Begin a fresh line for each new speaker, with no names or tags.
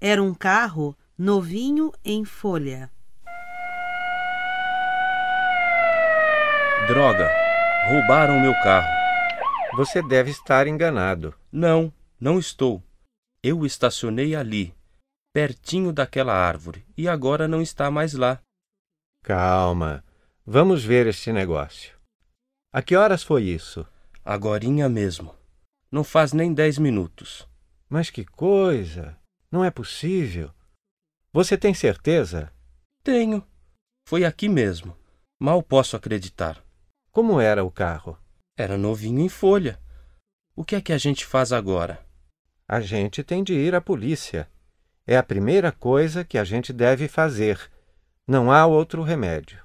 Era um carro novinho em folha.
Droga! Roubaram meu carro.
Você deve estar enganado.
Não, não estou. Eu o estacionei ali, pertinho daquela árvore, e agora não está mais lá.
Calma. Vamos ver este negócio. A que horas foi isso?
Agorinha mesmo. Não faz nem dez minutos.
Mas que coisa! Não é possível. Você tem certeza?
Tenho. Foi aqui mesmo. Mal posso acreditar.
Como era o carro?
Era novinho em folha. O que é que a gente faz agora?
A gente tem de ir à polícia. É a primeira coisa que a gente deve fazer. Não há outro remédio.